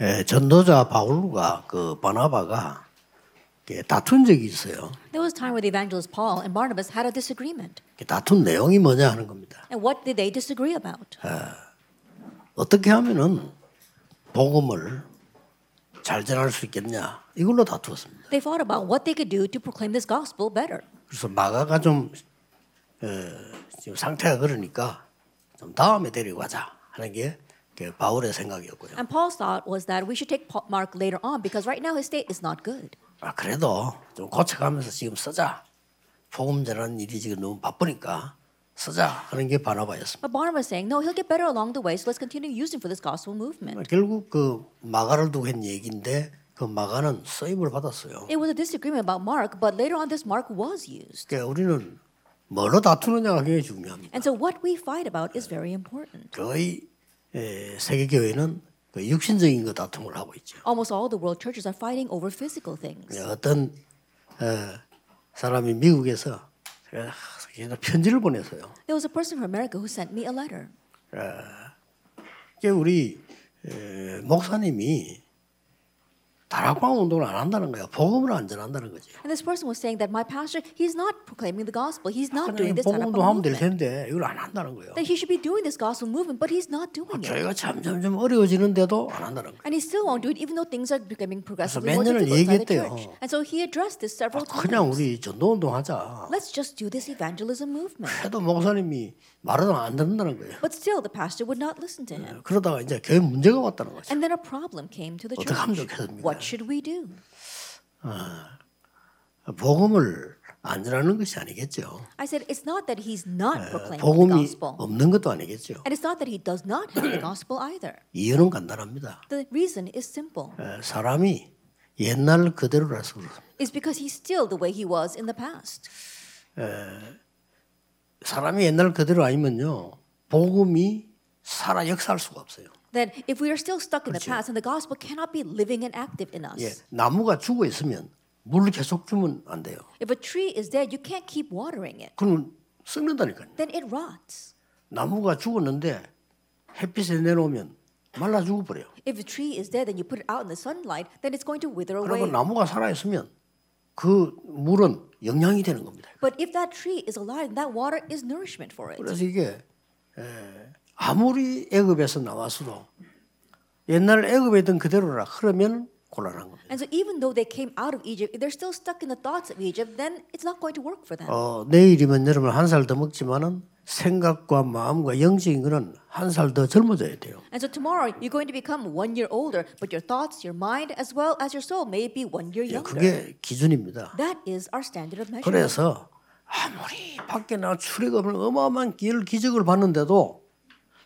예, 전도자 바울과 그 바나바가 이렇게 다툰 적이 있어요. There was a time where the evangelist Paul and Barnabas had a disagreement. 이렇게 다툰 내용이 뭐냐 하는 겁니다. And what did they disagree about? 어떻게 하면은 복음을 잘 전할 수 있겠냐 이걸로 다투었습니다. They fought about what they could do to proclaim this gospel better. 그래서 마가가 좀 어, 지금 상태가 그러니까 좀 다음에 데리고 가자 하는 게 이렇게 바울의 생각이었고요. And Paul's thought was that we should take Paul- Mark later on because right now his state is not good. 아, 그래도 좀 고쳐가면서 지금 쓰자. 복음 전하는 일이 지금 너무 바쁘니까 쓰자 하는 게 바나바였습니다. But Barnabas saying, no, he'll get better along the way, so let's continue using for this gospel movement. 결국 그 마가를 두고 한 얘기인데 그 마가는 쓰임을 받았어요. It was a disagreement about Mark, but later on this Mark was used. 그러니까 우리는 뭐로 다투느냐가 굉장히 중요합니다. And so what we fight about is very important. 거의 에, 세계 교회는 그 육신적인 거 다툼을 하고 있죠. 그러니까 Almost all the world churches are fighting over physical things. 어떤 어, 사람이 미국에서 아, 그냥 편지를 보냈어요. There was a person from America who sent me a letter. 이게 우리 에, 목사님이 다락방 운동을 안 한다는 거야. 복음을 안 전한다는 거지. And this person was saying that my pastor, he's not proclaiming the gospel. He's not 근데 doing 이 this 그러니까 복음 kind of 운동 하면 될 movement. 텐데 이걸 안 한다는 거예요. That he should be doing this gospel movement, but he's not doing it. 교회가 네. 점점점 어려워지는데도 안 한다는 거예요. And he still won't do it, even though things are becoming progressively 몇 more 년을 difficult inside the 얘기했대요. church. And so he addressed this several 그냥 times. 우리 전도 운동 하자. Let's just do this evangelism movement. 해도 목사님이 말은 안 듣는다는 거예요. But still, the pastor would not listen to him. 그러다가 이제 교회 문제가 왔다는 거죠. And then a problem came to the 어떻게 하면 church. 좋겠습니까? What should we do? 복음을 안 전하는 것이 아니겠죠. I said, it's not that he's not proclaiming the 복음이 gospel. 없는 것도 아니겠죠. And it's not that he does not have the gospel either. 이유는 간단합니다. The reason is simple. 에, 사람이 옛날 그대로라서 그렇습니다. It's because he's still the way he was in the past. 사람이 옛날 그대로 아니면요. 복음이 살아 역사할 수가 없어요. That if we are still stuck in the past, and the gospel cannot be living and active in us. 예, 나무가 죽어 있으면 물을 계속 주면 안 돼요. If a tree is dead, you can't keep watering it. 그러면 썩는다니까요. Then it rots. 나무가 죽었는데 햇빛에 내놓으면 말라 죽어버려요. If a tree is dead, then you put it out in the sunlight, then it's going to wither 그러면 away. 나무가 살아있으면 그 물은 영양이 되는 겁니다. But if that tree is alive, that water is nourishment for it. 그래서 이게 에, 아무리 애급에서 나왔어도 옛날 애급에 있던 그대로라 그러면 곤란한 겁니다. And so, even though they came out of Egypt, if they're still stuck in the thoughts of Egypt, then it's not going to work for them. 어, 내일이면 여러분 한 살 더 먹지만은 생각과 마음과 영적인 거는 한 살 더 젊어져야 돼요. And so, tomorrow, you're going to become one year older, but your thoughts, your mind, as well as your soul may be one year 예, younger. 그게 기준입니다. That is our standard of measurement. 그래서 아무리 밖에 나 출애굽을 어마어마한 길 기적을 봤는데도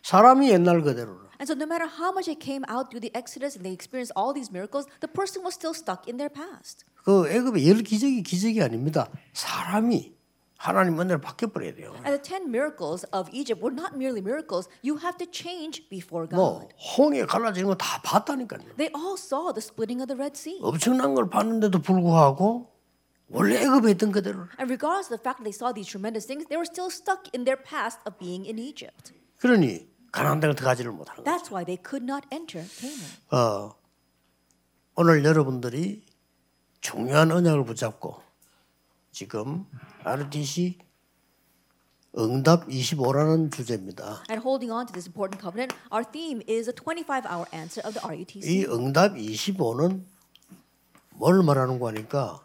사람이 옛날 그대로라. And so, no matter how much it came out through the Exodus and they experienced all these miracles, the person was still stuck in their past. 그 애굽의 열 기적이 기적이 아닙니다. 사람이 하나님 은혜를 받게 버려야 돼요. And the 10 miracles of Egypt were not merely miracles, you have to change before God. 뭐 홍해 갈라지는 거 다 봤다니까요. They all saw the splitting of the Oh. Red Sea. 엄청난 걸 봤는데도 불구하고 원래 애굽에 있던 그대로. And regardless of the fact that they saw these tremendous things, they were still stuck in their past of being in Egypt. 그러니 가나안 땅을 들어가지를 못하는 거예요. That's why they could not enter Canaan. 어, 오늘 여러분들이 중요한 언약을 붙잡고 지금 RTC 응답 25라는 주제입니다. And holding on to this important covenant, our theme is a 25 hour answer of the RUTC. 이 응답 25는 뭘 말하는 거니까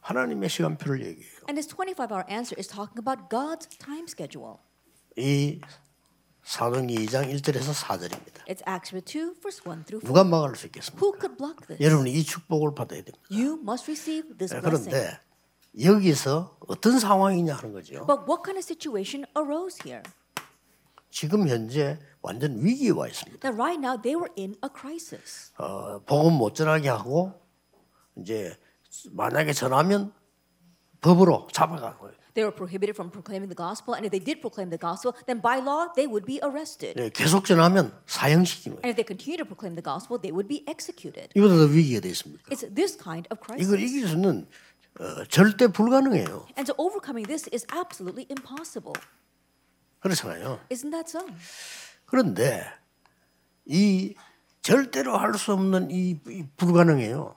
하나님의 시간표를 얘기해요. And this 25 hour answer is talking about God's time schedule. 이 사도행전 2장 1절에서 4절입니다. It's Acts chapter 2, verse 1 through 4. 누가 막을 수 있겠습니까? Who could block this? 여러분이 이 축복을 받아야 됩니다. You must receive this 네, blessing. 그런데 여기서 어떤 상황이냐 하는 거죠. But what kind of situation arose here? 지금 현재 완전 위기에 와 있습니다. That right now they were in a crisis. 어, 복음 못 전하게 하고 이제 만약에 전하면 법으로 잡아가는 거예요. They were prohibited from proclaiming the gospel, and if they did proclaim the gospel, then by law they would be arrested. 예, 계속 전하면 사형시키는 거예요. And if they continue to proclaim the gospel, they would be executed. 이보다 더 위기가 되어 있습니까? It's this kind of 이걸 crisis. 이길 수는 어, 절대 불가능해요. And so overcoming this is absolutely impossible. 그렇잖아요. Isn't that so? 그런데 이 절대로 할 수 없는 이, 이 불가능해요.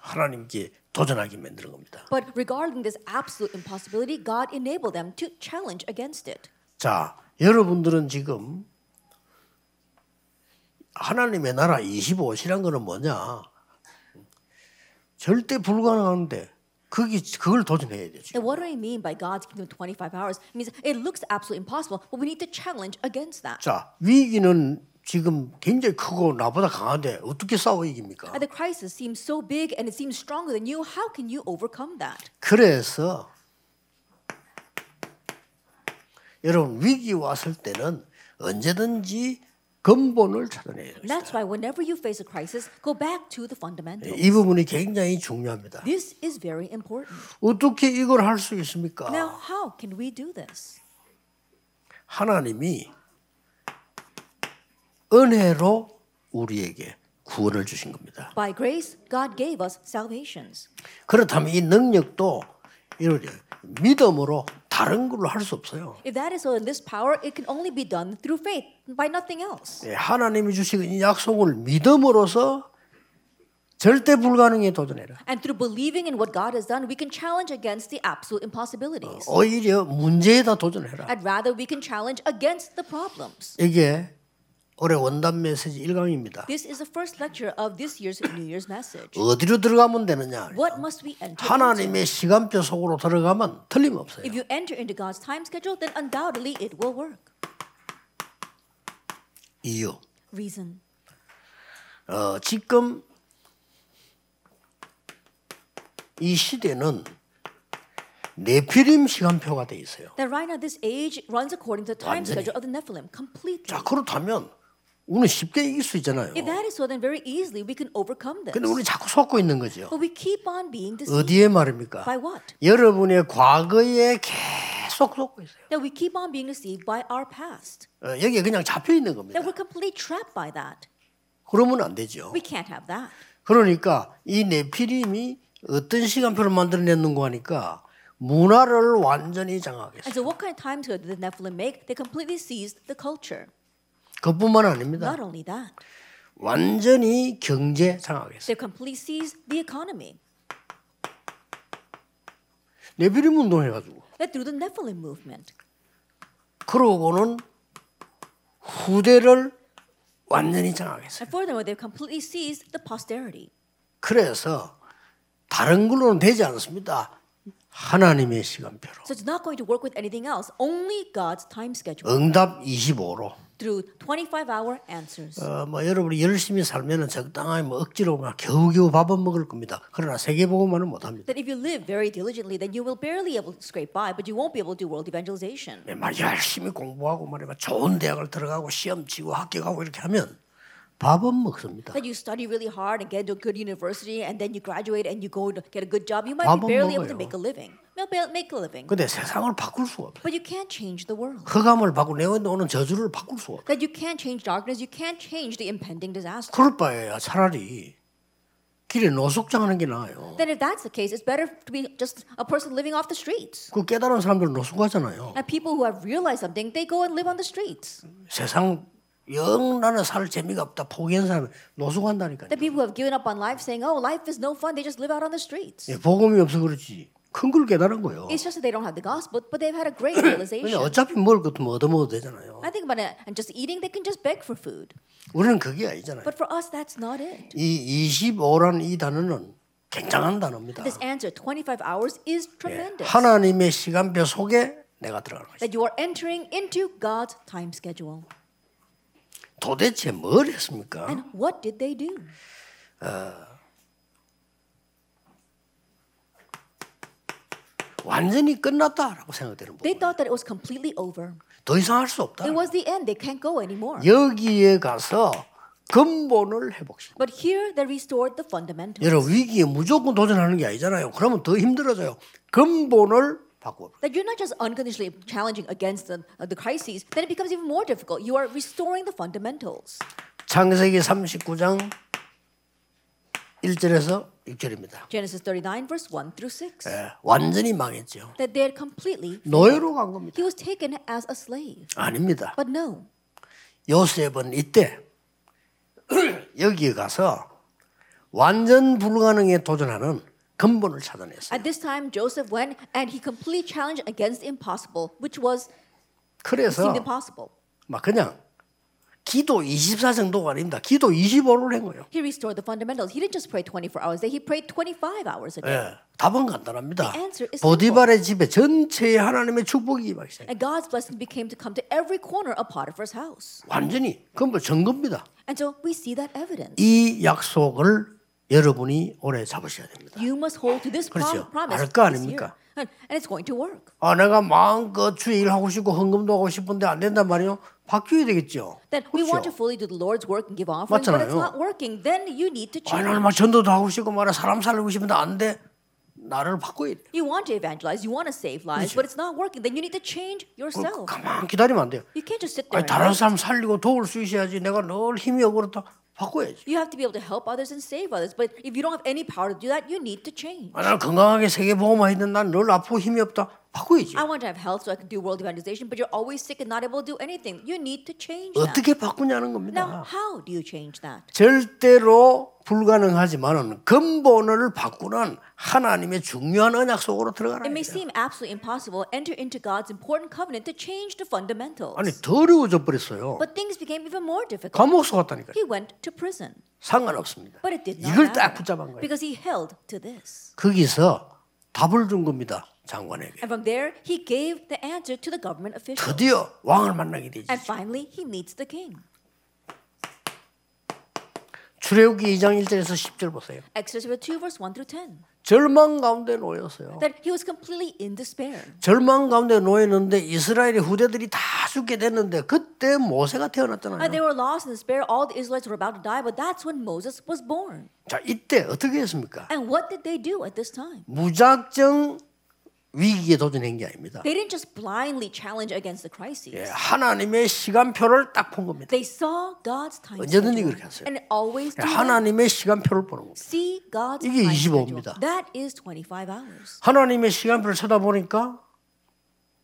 하나님께 도전하게 만드는 겁니다. But regarding this absolute impossibility, God enabled them to challenge against it. 자, 여러분들은 지금 하나님의 나라 25시란 거는 뭐냐? 절대 불가능한데 그게 그걸 도전해야 되지. And what do I mean by God's kingdom 25 hours? It means it looks absolutely impossible, but we need to challenge against that. 자, 위기는 지금 굉장히 크고 나보다 강한데 어떻게 싸워 이깁니까? And the crisis seems so big and it seems stronger than you. How can you overcome that? 그래서 여러분 위기 왔을 때는 언제든지 근본을 찾아내야 돼요. That's why whenever you face a crisis, go back to the fundamentals. 이 부분이 굉장히 중요합니다. This is very important. 어떻게 이걸 할 수 Now, 있습니까? how can we do this? 하나님이 은혜로 우리에게 구원을 주신 겁니다. By grace, God gave us salvations. 그렇다면 이 능력도 이런 믿음으로 다른 걸로 할 수 없어요. If that is so in this power, it can only be done through faith, by nothing else. 예, 하나님이 주신 이 약속을 믿음으로써 절대 불가능에 도전해라. And through believing in what God has done, we can challenge against the absolute impossibilities. Oh. 오히려 문제에다 도전해라. I'd rather we can challenge against the problems. 이게 올해 원단 메시지 1강입니다. This is the first lecture of this year's New Year's message. 어디로 들어가면 되느냐? What must we enter into? 하나님의 시간표 속으로 들어가면 틀림없어요. If you enter into God's time schedule, then undoubtedly it will work. 이유. Reason. 어, 지금 이 시대는 네피림 시간표가 돼 있어요. That right now, this age runs according to the time 완전히. schedule of the Nephilim completely. 자 그렇다면 우리는 쉽게 이길 수 있잖아요. If that is so, then very easily we can overcome this. 근데 우리 자꾸 속고 있는 거죠. But we keep on being deceived. 어디에 말입니까? By what? 여러분의 과거에 계속 속고 있어요. That we keep on being deceived by our past. 어, 여기에 네, 그냥 네. 잡혀 있는 겁니다. That we're completely trapped by that. 그러면 안 되죠. We can't have that. 그러니까 이 네피림이 어떤 시간표를 만들어냈는가 하니까 문화를 완전히 장악했어요. And so, what kind of time schedule did the Nephilim make? They completely seized the culture. 그뿐만 아닙니다. Not only that, 완전히 경제 장악했어요. they completely seized the economy. 네피림 운동해가지고 That through the Nephilim movement. 그러고는 후대를 완전히 장악했어요. And furthermore, they've completely seized the posterity. 그래서 다른 걸로는 되지 않습니다. 하나님의 시간표로. So it's not going to work with anything else, only God's time schedule 응답 25로. through 25 hour answers. 어, 뭐 여러분이 열심히 살면은 적당하게 뭐 억지로 그냥 겨우겨우 밥은 먹을 겁니다. 그러나 세계복음만은 못합니다. That if you live very diligently, then you will barely able to scrape by, but you won't be able to do world evangelization. 말 열심히 공부하고 말이야 좋은 대학을 들어가고 시험 치고 합격하고 이렇게 하면 밥은 먹습니다. That you study really hard and get into a good university, and then you graduate and you go to get a good job, you might 밥은 be barely able to 먹어요. make a living. You'll be- Make a living. 근데 세상을 바꿀 수가 없어요. But you can't change the world. 허감을 바꾸고 내 오는 저주를 바꿀 수가 없어요. That you can't change darkness, you can't change the impending disaster. 그럴 바에야 차라리 길에 노숙장하는 게 나아요. Then, if that's the case, it's better to be just a person living off the streets. 그 깨달은 사람들은 노숙하잖아요. And people who have realized something, they go and live on the streets. 세상 영 나는 살 재미가 없다 포기한 사람은 노숙한다니까요. The people who have given up on life saying, oh, life is no fun, they just live out on the streets. 예, 복음이 없어 그렇지 큰 걸 깨달은 거예요. It's just that they don't have the gospel, but they've had a great 그냥 realization. 어차피 먹을 것도 뭐 얻어먹어도 되잖아요. I think about it, and just eating, they can just beg for food. 우리는 그게 아니잖아요. But for us, that's not it. 이 25란 이 단어는 굉장한 단어입니다. This answer, 25 hours, is 네. tremendous. 하나님의 시간표 속에 내가 들어가는 거죠. That you are entering into God's time schedule. 네. 도대체 뭘 했습니까? And what did they do? 완전히 끝났다라고 생각되는 They 부분. thought that it was completely over. 더 이상 할 수 없다. It was the end. They can't go anymore. 여기에 가서 근본을 회복시켜. But here they restored the fundamentals. 여러분 위기에 무조건 도전하는 게 아니잖아요. 그러면 더 힘들어져요. 근본을 바꿔. That you're not just unconditionally challenging against the, uh, the crises, then it becomes even more difficult. You are restoring the fundamentals. 창세기 39장 1절에서 6절입니다. 예, Genesis 39, verse 1 through 6. Eh. 완전히 망했죠. That they had completely, 노예로 간 겁니다. he was taken as a slave. 아닙니다. But no, 요셉은 이때 여기에 가서 완전 불가능에 도전하는 근본을 찾아냈어요. At this time, Joseph went and he completely challenged against the impossible, which was 그래서 seemed impossible. 막 그냥 기도 24 정도가 아닙니다. 기도 25를 한 거예요. He restored the fundamentals. He didn't just pray 24 hours a day, he prayed 25 hours a day. 예, 답은 간단합니다. The answer is simple. 보디발의 집에 전체에 하나님의 축복이 임하기 시작. And God's blessing became to come to every corner of Potiphar's house. 완전히 그건 뭐 증거입니다. And so we see that evidence. 이 약속을 여러분이 오래 잡으셔야 됩니다. You must hold to this prom- 그렇죠. promise. 알거 this year. 아닙니까? And, and it's going to work. 아, 내가 마음껏 주의 일하고 싶고 헌금도 하고 싶은데 안 된단 말이요. 바뀌어야 되겠죠. That we want to 그렇죠. fully do the Lord's work and give offerings, but it's 맞잖아요. not working. Then you need to 아니, change. 나는 막 전도도 하고 싶고 말이야. 사람 살리고 싶은데 안 돼. 나를 바꿔야 돼. You want to evangelize, you want to save lives, but it's not working. Then you need to change yourself. 가만 기다리면 안 돼요. You can't just sit there. 아니, and 다른 wait. 사람 살리고 도울 수 있어야지. 내가 늘 힘이 없어다 바꿔야지. You have to be able to help others and save others. But if you don't have any power to do that, you need to change. 아, 나는 건강하게 세계보험만 했는데 난 늘 아프고 힘이 없다. 바꿔야지. I want to have health so I can do world evangelization, but you're always sick and not able to do anything. You need to change that. 어떻게 바꾸냐는 겁니다. Now, how do you change that? 절대로 불가능하지만 근본을 바꾸는 하나님의 중요한 언약 속으로 들어가라. It may 이거예요. seem absolutely impossible. Enter into God's important covenant to change the fundamentals. 아니 더러워져 버렸어요. But things became even more difficult. 감옥소 같다니까. He went to prison, 상관없습니다. but it did not 이걸 딱 matter 붙잡은 거예요. because he held to this. 거기서 답을 준 겁니다. 장관에게. And from there, he gave the answer to the government official. 드디어 왕을 만나게 되지. And finally, he meets the king. 출애굽기 2장 1절에서 10절 보세요. Exodus chapter 2, verse 1 through 10. 절망 가운데 놓였어요. That he was completely in despair. 절망 가운데 놓였는데 이스라엘의 후대들이 다 죽게 됐는데 그때 모세가 Uh, 태어났잖아요. 네. they were lost in despair. All the Israelites were about to die, but that's when Moses was born. 자, 이때 어떻게 했습니까? And what did they do at this time? 무작정 위기에 도전한 게 아닙니다. They didn't just blindly challenge against the crises. 예, 하나님의 시간표를 딱 본 겁니다. They saw God's time 언제든지 schedule. 그렇게 하세요. And it always 예, do that. 하나님의 시간표를 보는 겁니다. See God's 이게 25 time schedule. 입니다. That is 25 hours. 하나님의 시간표를 쳐다보니까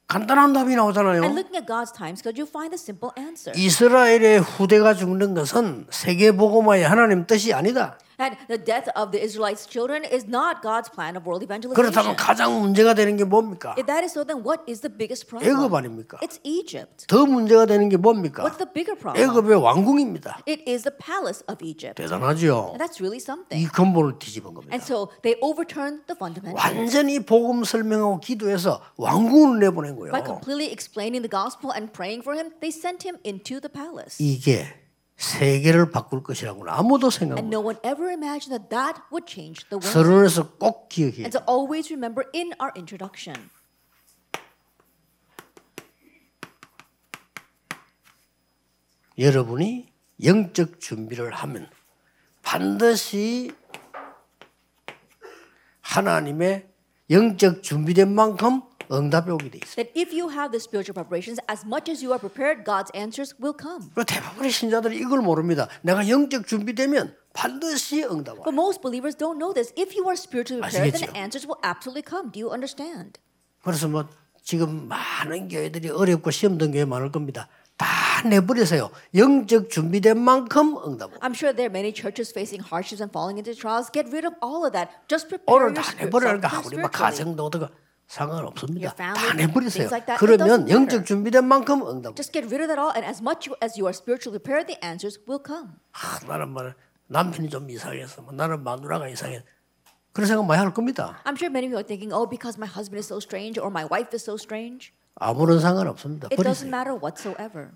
간단한 답이 And 나오잖아요. 네. looking at God's time schedule, you find the simple answer. 이스라엘의 후대가 죽는 것은 세계보고마의 하나님 뜻이 아니다. And the death of the Israelites' children is not God's plan of world 어, evangelization. 그렇다면 가장 문제가 되는 게 뭡니까? If that is so, then what is the biggest 애굽 problem? 아닙니까? It's Egypt. 더 문제가 되는 게 뭡니까? What's the bigger problem? 애굽의 왕궁입니다. It is the palace of Egypt. 대단하죠. And that's 이 really something. 근본을 뒤집은 겁니다. And so they overturned the fundamentals 완전히 복음 설명하고 기도해서 왕궁을 내보낸 by 거예요. completely explaining the gospel and praying for him. They sent him into the palace. 이게 세계를 바꿀 것이라고는 아무도 생각 못 해요. And no one ever imagined that that would change the world. 서론에서 꼭 기억해요. And so always remember in our introduction. 여러분이 영적 준비를 하면 반드시 하나님의 영적 준비된 만큼 응답이 오게 돼 있어요. That if you have the spiritual preparations, as much as you are prepared, God's answers will come. 그리고 대부분의 신자들이 이걸 모릅니다. 내가 영적 준비되면 반드시 응답 와. But most believers don't know this. If you are spiritually prepared, then 아시겠죠? the answers will absolutely come. Do you understand? 그래서 뭐 지금 많은 교회들이 어렵고 시험된 교회 많을 겁니다. 다 내버리세요. 영적 준비된 만큼 응답 와. I'm sure there are many churches facing hardships and falling into trials. Get rid of all of that. Just prepare 오늘 다 yourself 내버리니까 우리 막 spiritually. 가정도 어떻게 상관없습니다. Your family, 다 내버리세요. things like that, it 그러면 doesn't matter. 영적 준비된 만큼 응답. Just get rid of that all, and as much as you are spiritually prepared, the answers will come. 아, 나는 뭐 남편이 좀 이상해서 뭐 나는 마누라가 이상해. 그런 생각 많이 할 겁니다. I'm sure many of you are thinking, oh, because my husband is so strange or my wife is so strange. 아무런 상관없습니다. It doesn't 버리세요. matter whatsoever.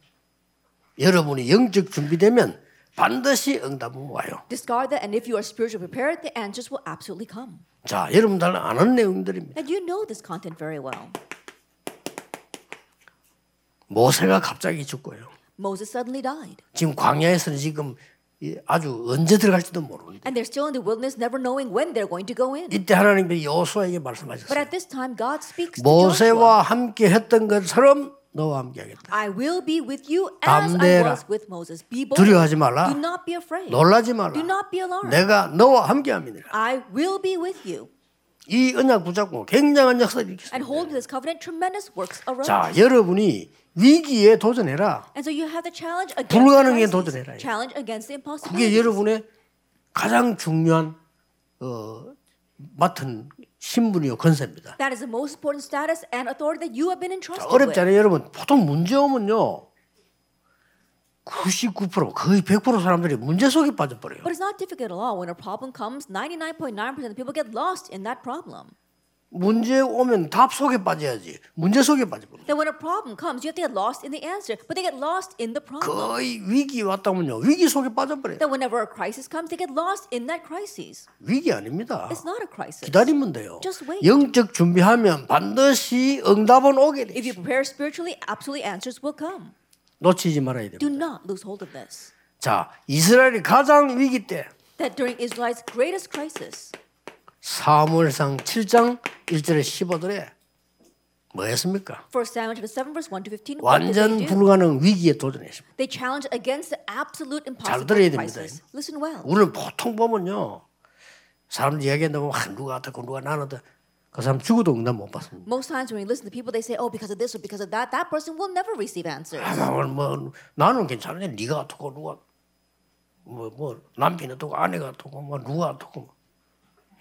여러분이 영적 준비되면 반드시 응답은 와요. Discard that, and if you are spiritually prepared, the answers will absolutely come. 자, 여러분들은 아는 내용들입니다. And you know this content very well. 모세가 갑자기 죽고요. Moses suddenly died, 지금 광야에서는 지금 이 아주 언제 들어갈지도 모르는데 and they're still in the wilderness, never knowing when they're going to go in. 이때 하나님이 여호수아에게 But 말씀하셨어요. at this time, God speaks to Joshua. 모세와 함께 했던 것처럼 너와 함께 하겠다. I will be with you as I 담대해라. was with Moses. Be bold. 두려워하지 말라. Do not be afraid. 놀라지 말라. Do not be alarmed. 내가 너와 함께 합니다. I will be with you. 이 언약 붙잡고 굉장한 역사를 And 일으켰습니다. hold to this covenant, tremendous works arose. 자, 여러분이 위기에 도전해라. And so you have the challenge against 불가능에 the 도전해라. crises, challenge against the 그게 impossibility. 여러분의 가장 중요한 어, 맡은 신분이요 건세입니다. That is the most important status and authority that you have been entrusted with. 어렵잖아요, 여러분. 보통 문제 오면요. 99% 거의 100% 사람들이 문제 속에 빠져버려요. But it's not difficult at all. When a problem comes, 99.9% of people get lost in that problem. 문제 오면 답 속에 빠져야지. 문제 속에 빠져버려. Then when a problem comes, you have to get lost in the answer, but they get lost in the problem. 거의 위기 왔다면요. 위기 속에 빠져버려요. Then whenever a crisis comes, they get lost in that crisis. 위기 아닙니다. It's not a crisis. 기다리면 돼요. Just wait. 영적 준비하면 반드시 응답은 오게 돼. If you prepare spiritually, absolutely answers will come. 놓치지 말아야 돼요. Do not lose hold of this. 자, 이스라엘이 가장 위기 때 That during Israel's greatest crisis, 사무엘상 7장 1절에 15절에 뭐 했습니까? 1 Samuel chapter 7, verse 1 to 15, what did 완전 they do? 불가능 위기에 도전했습니다. They challenged against the absolute 들어야 impossible 됩니다. crisis. Listen well. 우리는 보통 보면요. 사람들 이야기한다고 아, 누가 어떻고 누가 나는데 그 사람 죽어도 응답 못 받습니다. Most times when you listen to people, they say, oh, because of this or because of that, that person will never receive answers. 아, 나 오늘 뭐 나는 괜찮은데 네가 어떻고 누가 뭐, 뭐 남편이 어떻고 아내가 어떻고 뭐 누가 어떻고 뭐.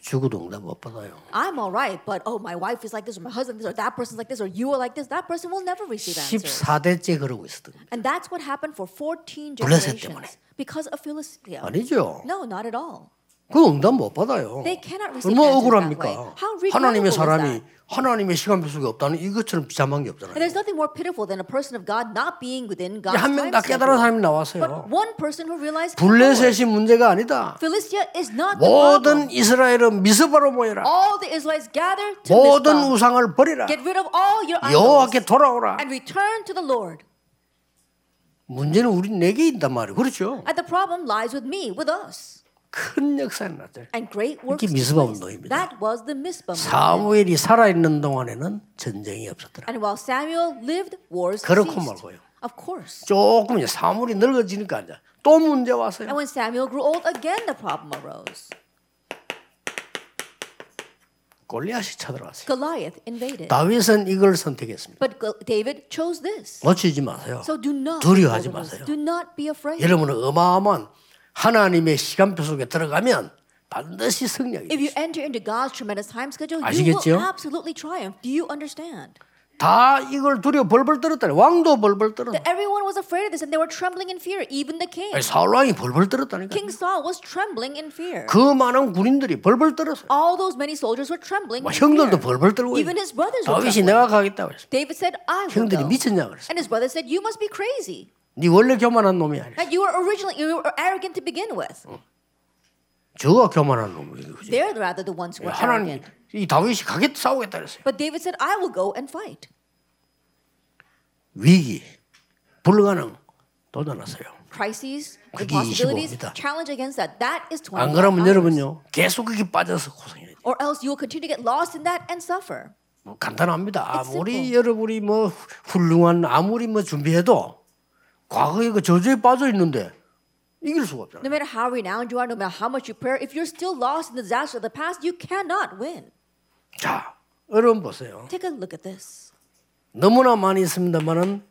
죽어도 응답 못 받아요. I'm all right, but oh, my wife is like this, or my husband is this, or that person's like this, or you are like this. That person will never receive answers. 14대째 그러고 있었던 거예요. And that's what happened for 14 때문에. generations because of Philistia. 아니죠. No, not at all. 그 응답 못 받아요. They cannot receive 얼마나 answers that 억울합니까? way. How regrettable 하나님의 is 사람이 that? 하나님의 시간 배속이 없다는 이것처럼 비참한 게 And 없잖아요. there's nothing more pitiful than a person of God not being within God's 한 명 다 time 깨달은 schedule. 사람이 But 나왔어요. one person who realized "Oh, 블레셋이 문제가 아니다. Philistia is not the 모든 problem. 이스라엘은 미스바로 모여라. All the Israelites gather to 모든 Mizpah. 우상을 버리라. Get rid of all your idols 여호와께 돌아오라. and return to the Lord. 문제는 우리 내게 있단 말이에요. 그렇죠? And the problem lies with me, with us. 큰 역사에 났죠. And great works. 이게 took 미스바 place. 운동입니다. That was the Mizpah. movement. 사무엘이 살아있는 동안에는 전쟁이 없었더라. And while Samuel lived, wars 그렇고 ceased. 말고요. Of course. 조금 이제 사물이 늙어지니까 이제 또 문제 And 왔어요. when Samuel grew old, again the problem arose. 골리앗이 쳐들어왔어요. Goliath invaded. 다윗은 이걸 선택했습니다. But Go- David chose this. 놓치지 마세요. So do not 두려워하지 hold on to this. 마세요. Do not be afraid. 여러분은 어마어마한 하나님의 시간표 속에 들어가면 반드시 승리하게 If 돼요. you enter into God's tremendous time schedule, you 아시겠죠? will absolutely triumph. Do you understand? 예, 다 이걸 두려워 벌벌 떨었다니 왕도 벌벌 떨었다. That everyone was afraid of this and they were trembling in fear, even the king. 아니, 사울 왕이 벌벌 떨었다니까. King Saul was trembling in fear. 그 많은 군인들이 벌벌 떨었어요. All those many soldiers were trembling. 뭐 in 형들도 fear. 벌벌 떨고 Even his brothers were 다윗이 trembling. 내가 가겠다고 했어. David said, I will 형들이 go. 미쳤냐 그랬어. And his brother said, You must be crazy. 네 원래 교만한 놈이 아니야. That you were originally you were arrogant to begin with. 저가 교만한 놈이지. 그지? They're rather the ones who were 하나님 arrogant. 이 다윗이 가겠다 싸우겠다 그랬어요. But David said, I will go and fight. 위기 불가능 도전하세요. Crises, 그게 25 impossibilities, 입니다. challenge against that. That is 20. 어, 안 그러면 여러분요 계속 거기 빠져서 고생해요. Or else you will continue to get lost in that and suffer. 뭐 간단합니다. It's simple. 아무리 여러분이 뭐 훌륭한 아무리 뭐 준비해도 과거에 그 저주에 빠져 있는데 이길 수가 없잖아요. No matter how renowned you are, no matter how much you pray, if you're still lost in the disaster of the past, you cannot win. 자, 여러분 보세요. Take a look at this. 너무나 많이 있습니다만은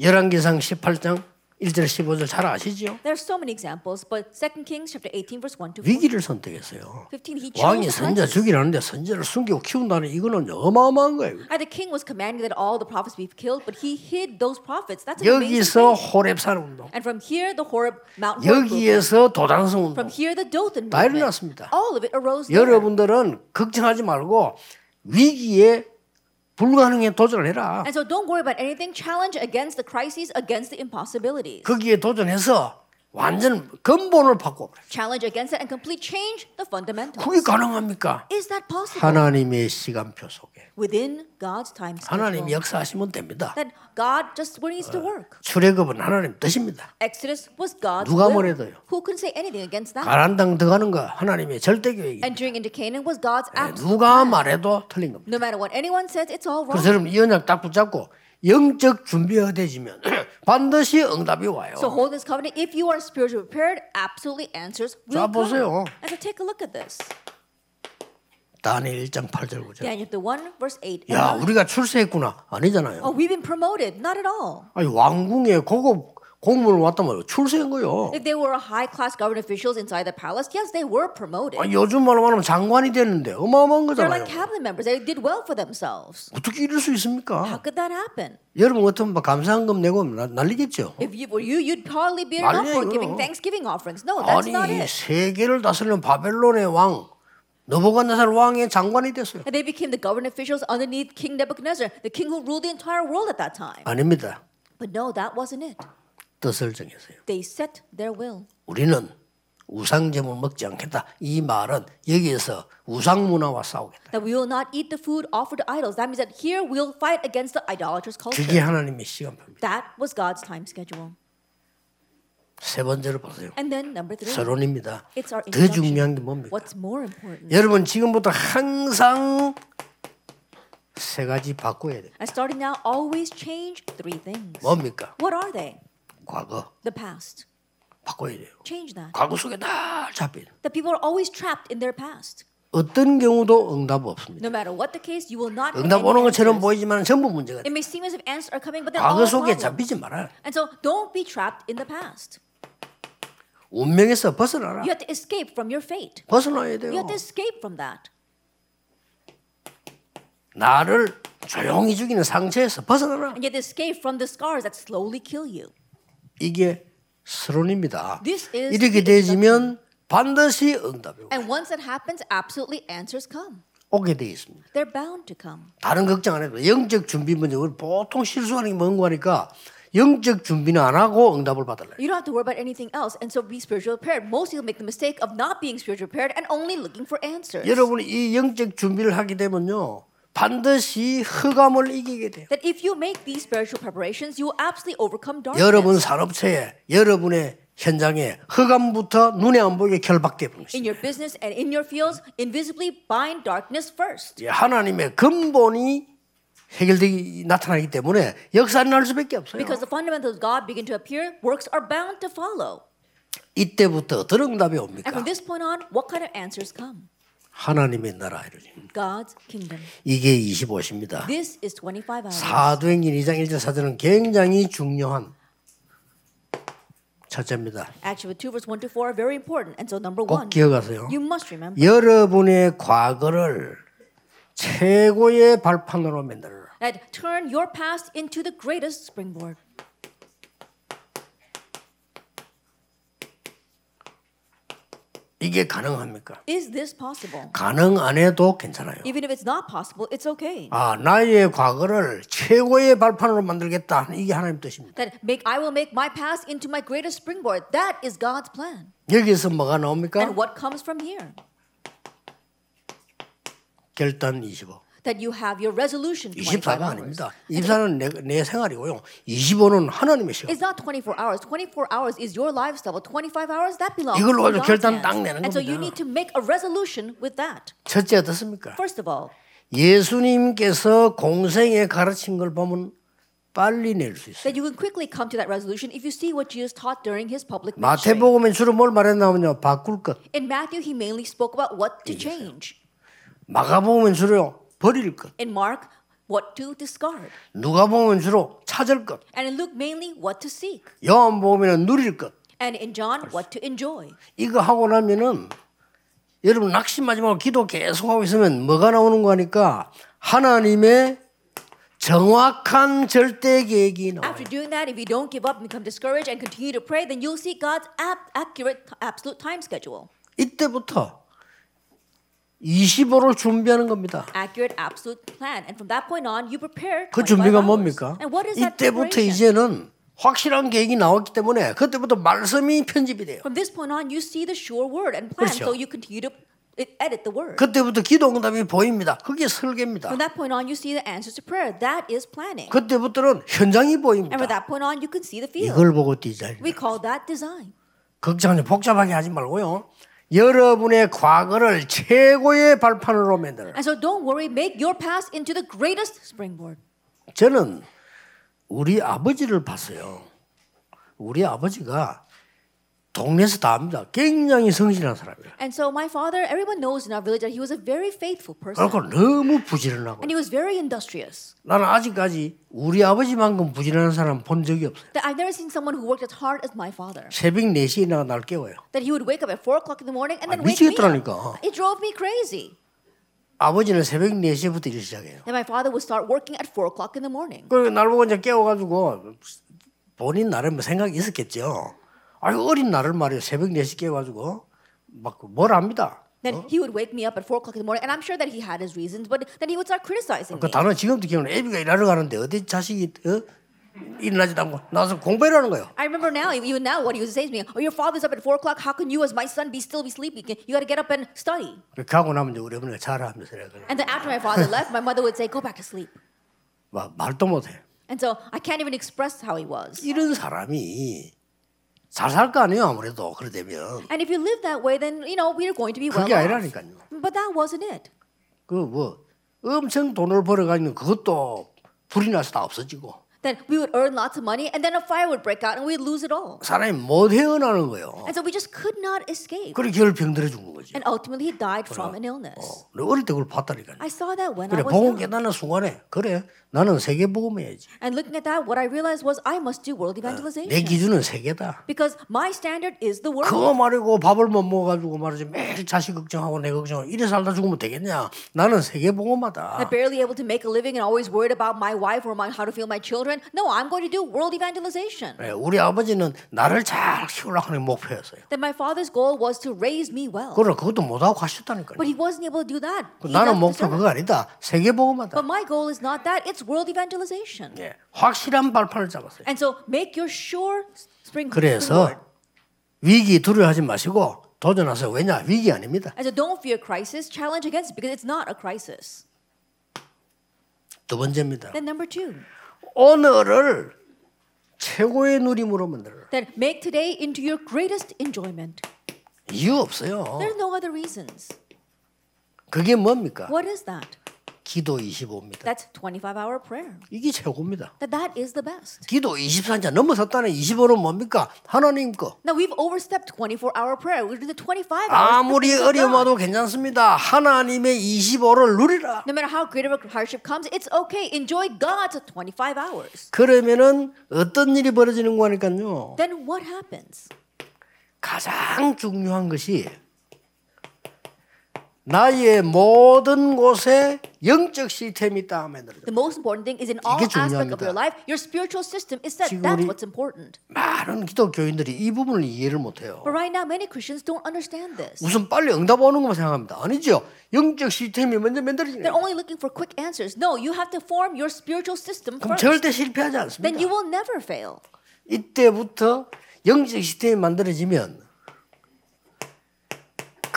열왕기상 18장 1절 15절 잘 아시죠? There are so many examples, but 2 Kings chapter 18, verse 1 to 4, 위기를 선택했어요. 15, he 왕이 chose the 선자 죽이라는데 선자를 숨기고 키운다는 이거는 어마어마한 거예요. And the king was commanding that all the prophets be killed, but he hid those prophets. That's an amazing 여기서 thing. 호랩산 운동, And from here, the Horeb, Mount Horeb movement. 여기에서 도단성 운동, From here, the Dothan 다 movement. 일어났습니다. All of it arose there. 여러분들은 걱정하지 말고 위기에 불가능에 도전을 해라. And so don't worry about anything. Challenge against the crises, against the impossibilities. 거기에 도전해서 완전 근본을 바꿔. Challenge against it and complete change the fundamentals. 그게 가능합니까? Is that possible? 하나님의 시간표 속에 Within God's time 하나님 schedule. 역사하시면 됩니다. That God just brings Uh, to work. 출애굽은 하나님 뜻입니다. Exodus was God's 누가 will. 뭐래도요. Who can say anything against that? 가난당 들어가는 거 하나님의 절대 계획이. Entering into Canaan was God's absolute 누가 plan. 말해도 틀린 겁니다. No matter what anyone says, it's all wrong. 그래서 여러분 이 언약 딱 붙잡고 영적 준비가 되지면 반드시 응답이 와요. So hold this covenant. If you are spiritually prepared, absolutely answers 자, will 보세요. come. And so take a look at this. 다니엘 1장 8절 9절. Daniel chapter 1, verse 8. and 야, 9. 우리가 출세했구나. 아니잖아요. Oh, we've been promoted. Not at all. 아니, 왕궁에 고급 공무원 왔단 말이에요. 출세한 거요. If they were high class government officials inside the palace, yes, they were promoted. 아니, 요즘 말로 말하면 장관이 됐는데 어마어마한 They're 거잖아요. like cabinet members. They did well for themselves. 어떻게 이럴 수 How 있습니까? could that happen? 여러분 같으면 막 감사한금 내고 나- 난리겠죠. If you were you, you'd hardly be enough Marriage, for you giving know. Thanksgiving offerings. No, that's not 아니, it. 세계를 다스리는 바벨론의 왕, 너보갓네살 왕의 장관이 됐어요. And they became the government officials underneath King Nebuchadnezzar, the king who ruled the entire world at that time. 아닙니다. But no, that wasn't it. 뜻을 정했어요. They set their will. 우리는 우상 제물 먹지 않겠다. 이 말은 여기에서 우상 문화와 싸우겠다. That we will not eat the food offered to idols. That means that here we'll fight against the idolatrous culture. 그게 하나님의 시간표입니다. That was God's time schedule. 세 번째로 보세요. And then number three, 서론입니다. it's our 더 introduction. 중요한 게 뭡니까? What's more important? 여러분 지금부터 항상 세 가지 바꿔야 돼요. And starting now, always change three things. 뭡니까? What are they? 과거 The past. 바꿔야 돼요. Change that. 과거 속에 다 잡힌. That people are always trapped in their past. 어떤 경우도 응답 없습니다. No matter what the case, you will not. get 응답 any 오는 것처럼 answers. 보이지만 전부 문제가 돼. It may seem as if answers are coming, but they're all 과거 속에 problems. 잡히지 말아요. And so, don't be trapped in the past. 운명에서 벗어나라. You have to escape from your fate. 벗어나야 돼요. You have to escape from that. 나를 조용히 죽이는 상처에서 벗어나라. And you have to escape from the scars that slowly kill you. 이게 서론입니다. This is 이렇게 the 되지면 반드시 응답이 오- And once that happens, absolutely answers come. 오게 돼 있습니다. They're bound to come. 다른 걱정 안 해도 돼요. 영적 준비 문제 우리 보통 실수하는 게 뭔고 하니까 영적 준비는 안 하고 응답을 받을래. You don't have to worry about anything else, and so be spiritually prepared. Most people make the mistake of not being spiritually prepared and only looking for answers. 여러분 이 영적 준비를 하게 되면요 반드시 흑암을 이기게 돼요. That if you make these spiritual preparations, you will absolutely overcome darkness. 여러분 산업체에 여러분의 현장에 흑암부터 눈에 안 보이게 결박돼 버립니다. in your business and in your fields, invisibly bind darkness first. 이제 하나님의 근본이 해결되기 나타나기 때문에 역사는 날 수밖에 없어요. Because the fundamentals of God begin to appear, works are bound to follow. 이때부터 어떤 응답이 And 옵니까? from this point on, what kind of answers come? 하나님의 나라 이루니 God's kingdom. 이게 25입니다. This is 25 hours. 사도행전 2장 1절 4절은 굉장히 중요한 첫째입니다. Actually, 2 verse 1 to 4 are very important. And so, number 꼭 one, 기억하세요. you must remember 여러분의 과거를 최고의 발판으로 만들어라. that turn your past into the greatest springboard. 이게 가능합니까? Is this possible? 가능 안 해도 괜찮아요. Even if it's not possible, it's okay. 아, 나의 과거를 최고의 발판으로 만들겠다. 이게 하나님 뜻입니다. That make I will make my past into my greatest springboard. That is God's plan. 여기서 뭐가 나옵니까? And what comes from here? 결단 25. That you have your resolution 25 24가 hours. 아닙니다. 24는 내, 내 생활이고요. 25는 하나님의 시간. It's not 24 hours. 24 hours is your lifestyle. but 25 hours that belongs 이걸로 아주 to God's 결단 hands. 딱 내는 And so you 겁니다. need to make a resolution with that. 첫째 어떻습니까? First of all, 예수님께서 공생에 가르친 걸 보면 빨리 낼 수 있어요. that you can quickly come to that resolution if you see what Jesus taught during his public ministry. 마태복음에 주로 뭘 말했나면요. 바꿀 것. In Matthew, he mainly spoke about what to change. 마가복음에 주로 버릴 것. In Mark, what to discard. 누가복음에 주로 찾을 것. And in Luke, mainly what to seek. 요한복음에는 누릴 것. And in John, what to enjoy. 이거 하고 나면은 여러분 낙심하지 말고 기도 계속하고 있으면 뭐가 나오는 거니까 하나님의 정확한 절대 계획이 나와요. After doing that, if you don't give up and become discouraged and continue to pray, then you'll see God's ab- accurate, absolute time schedule. 이때부터 25를 준비하는 겁니다. Accurate, absolute plan. And from that point on, you prepare. 그 25 준비가 hours. 뭡니까? And what is that 이때부터 preparation? 이제는 확실한 계획이 나왔기 때문에 그때부터 말씀이 편집이 돼요. From this point on, you see the sure word and plan, 그렇죠. so you continue to e-, edit the word. 그때부터 기도 응답이 보입니다. 그게 설계입니다. From that point on, you see the answers to prayer. That is planning. 그때부터는 현장이 And from 보입니다. that point on, you can see the field. 이걸 보고 디자인. We call that design. 걱정이 복잡하게 하지 말고요. 여러분의 과거를 최고의 발판으로 만들어. And so don't worry, make your past into the greatest springboard. 저는 우리 아버지를 봤어요. 우리 아버지가 동네에서 다 압니다. 굉장히 성실한 사람이에요. And so my father, everyone knows in our village that he was a very faithful person. 그렇고 그러니까 너무 부지런하고 And he was very industrious. 나는 아직까지 우리 아버지만큼 부지런한 사람 본 적이 없어요. That I've never seen someone who worked as hard as my father. 새벽 4시에 나가 날 깨워요. That he would wake up at 4 o'clock in the morning 아, and then wake me 미치겠더라니까. up. It drove me crazy. 아버지는 새벽 4시부터 일 시작해요. And my father would start working at 4 o'clock in the morning. 그리고 날 보고 이제 깨워가지고 본인 나름 뭐 생각이 있었겠죠. 아유 어린 나를 말이에요. 새벽 4시 깨워가지고 막 뭘 합니다. Then he would wake me up at 4 o'clock in the morning. And I'm sure that he had his reasons, but then he would start criticizing 그 me. 단어 지금도 기억나. 애비가 일하러 가는데 어디 자식이 어? 일어나지도 않고 나서 공부를 하는 거예요. I remember now, e- even now, what he would say to me, Oh, your father's up at 4 o'clock. How can you, as my son, be still be sleeping? You got to get up and study. 그렇게 하고 나면 이제 우리 어머니가 잘하면서 그래. 그래. And then after my father left, my mother would say, Go back to sleep. 막 말도 못해. And so I can't even express how he was. 이런 사람이 잘 살 거 아니에요 아무래도 그러되면 And if you live that way, then you know we're going to be well 그게 off. 아니라니까요. But that wasn't it. 그 뭐 엄청 돈을 벌어가지고 그것도 불이 나서 다 없어지고 Then we would earn lots of money, and then a fire would break out, and we'd lose it all. 사람이 못 헤어나는 거예요. And so we just could not escape. 그래 결 병들어 죽는 거지. And ultimately, he died from an illness. 어, 어릴 때 그걸 봤다니까요. I saw that when 그래 I was 보고 young. 깨닫는 순간에 그래 나는 세계 복음해야지. And looking at that, what I realized was I must do world 내 evangelization 기준은 세계다. because my standard is the world. 그거 말이고 밥을 못 먹어가지고 말이지 매일 자식 걱정하고 내 걱정하고 이래 살다 죽으면 되겠냐? 나는 세계 I'm 복음하다. barely able to make a living and always worried about my wife or my, how to feel my children. No, I'm going to do world evangelization. 예, 우리 아버지는 나를 잘 키우려고 하는 게 목표였어요. That my father's goal was to raise me well. 그러나 그것도 못하고 가셨다니까요. But he wasn't able to do that. He 나는 left the 목표 service. 그거 아니다. 세계 복음하다. But my goal is not that, it's world evangelization. 예, 확실한 발판을 잡았어요. And so make your sure spring 그래서 springboard. 위기 두려워하지 마시고 도전하세요. 왜냐? 위기 아닙니다. And so don't fear crisis, challenge against it because it's not a crisis. 두 번째입니다. Then number two, 오늘을 최고의 누림으로 만들어. then make today into your greatest enjoyment. 이유 없어요. There's no other reasons. 그게 뭡니까? What is that? 기도 25입니다. That's 25 hour prayer. 이게 최고입니다. That that is the best. 기도 24자 넘어섰다는 25는 뭡니까? 하나님 거. Now we've overstepped 24 hour prayer. We're doing the 25 hours. the 아무리 things of God. 어려워도 괜찮습니다. 하나님의 25를 누리라. No matter how great of a hardship comes, it's okay. Enjoy God's 25 hours. 그러면은 어떤 일이 벌어지는 거니까요. Then what happens? 가장 중요한 것이 나의 모든 곳에 영적 시스템이 있다 하면 들어요. The most important thing is in all 이게 aspects of your 중요합니다. life, your spiritual system is set. 지금 That's 우리- what's important. 많은 기독교인들이 이 부분을 이해를 못해요. But right now, many Christians don't understand this. 무슨 빨리 응답 오는 것만 생각합니다. 아니죠. 영적 시스템이 먼저 만들어지는 They're 거예요. only looking for quick answers. No, you have to form your spiritual system 그럼 first. 절대 실패하지 Then you 않습니다. will never fail. 이때부터 영적 시스템이 만들어지면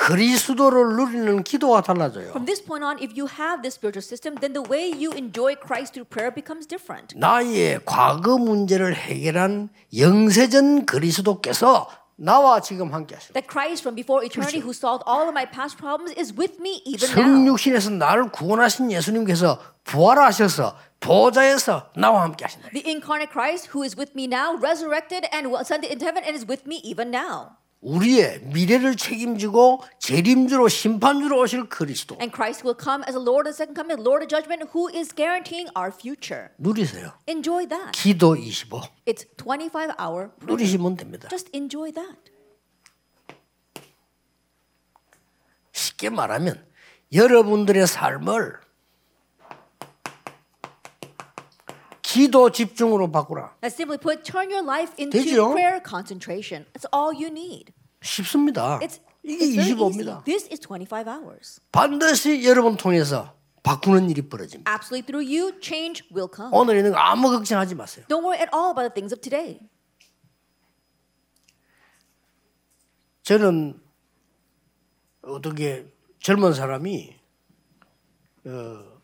그리스도를 누리는 기도가 달라져요. From this point on, if you have this spiritual system, then the way you enjoy Christ through prayer becomes different. 나의 과거 문제를 해결한 영세전 그리스도께서 나와 지금 함께 하시고 That Christ from before eternity, who solved all of my past problems, is with me even now. 성육신에서 나를 구원하신 예수님께서 부활하셔서 보좌에서 나와 함께 하신다. The incarnate Christ, who is with me now, resurrected and ascended into heaven, and is with me even now. 우리의 미래를 책임지고 재림주로 심판주로 오실 그리스도 And Christ will come as a Lord of the second coming, Lord of judgment, who is guaranteeing our future. 누리세요. Enjoy that. 기도 25 It's 25 hour. 누리시면 됩니다. Just enjoy that. 쉽게 말하면 여러분들의 삶을 기도 집중으로 바꾸라. Now, simply put, turn your life into 되죠? prayer concentration. That's all you need. 쉽습니다. It's, it's 이게 very easy. 25입니다. This is 25 hours. 반드시 여러분 통해서 바꾸는 일이 벌어집니다. Absolutely through you, change will come. 오늘 있는 거 아무 걱정하지 마세요. Don't worry at all about the things of today. 저는 어떻게 젊은 사람이 어,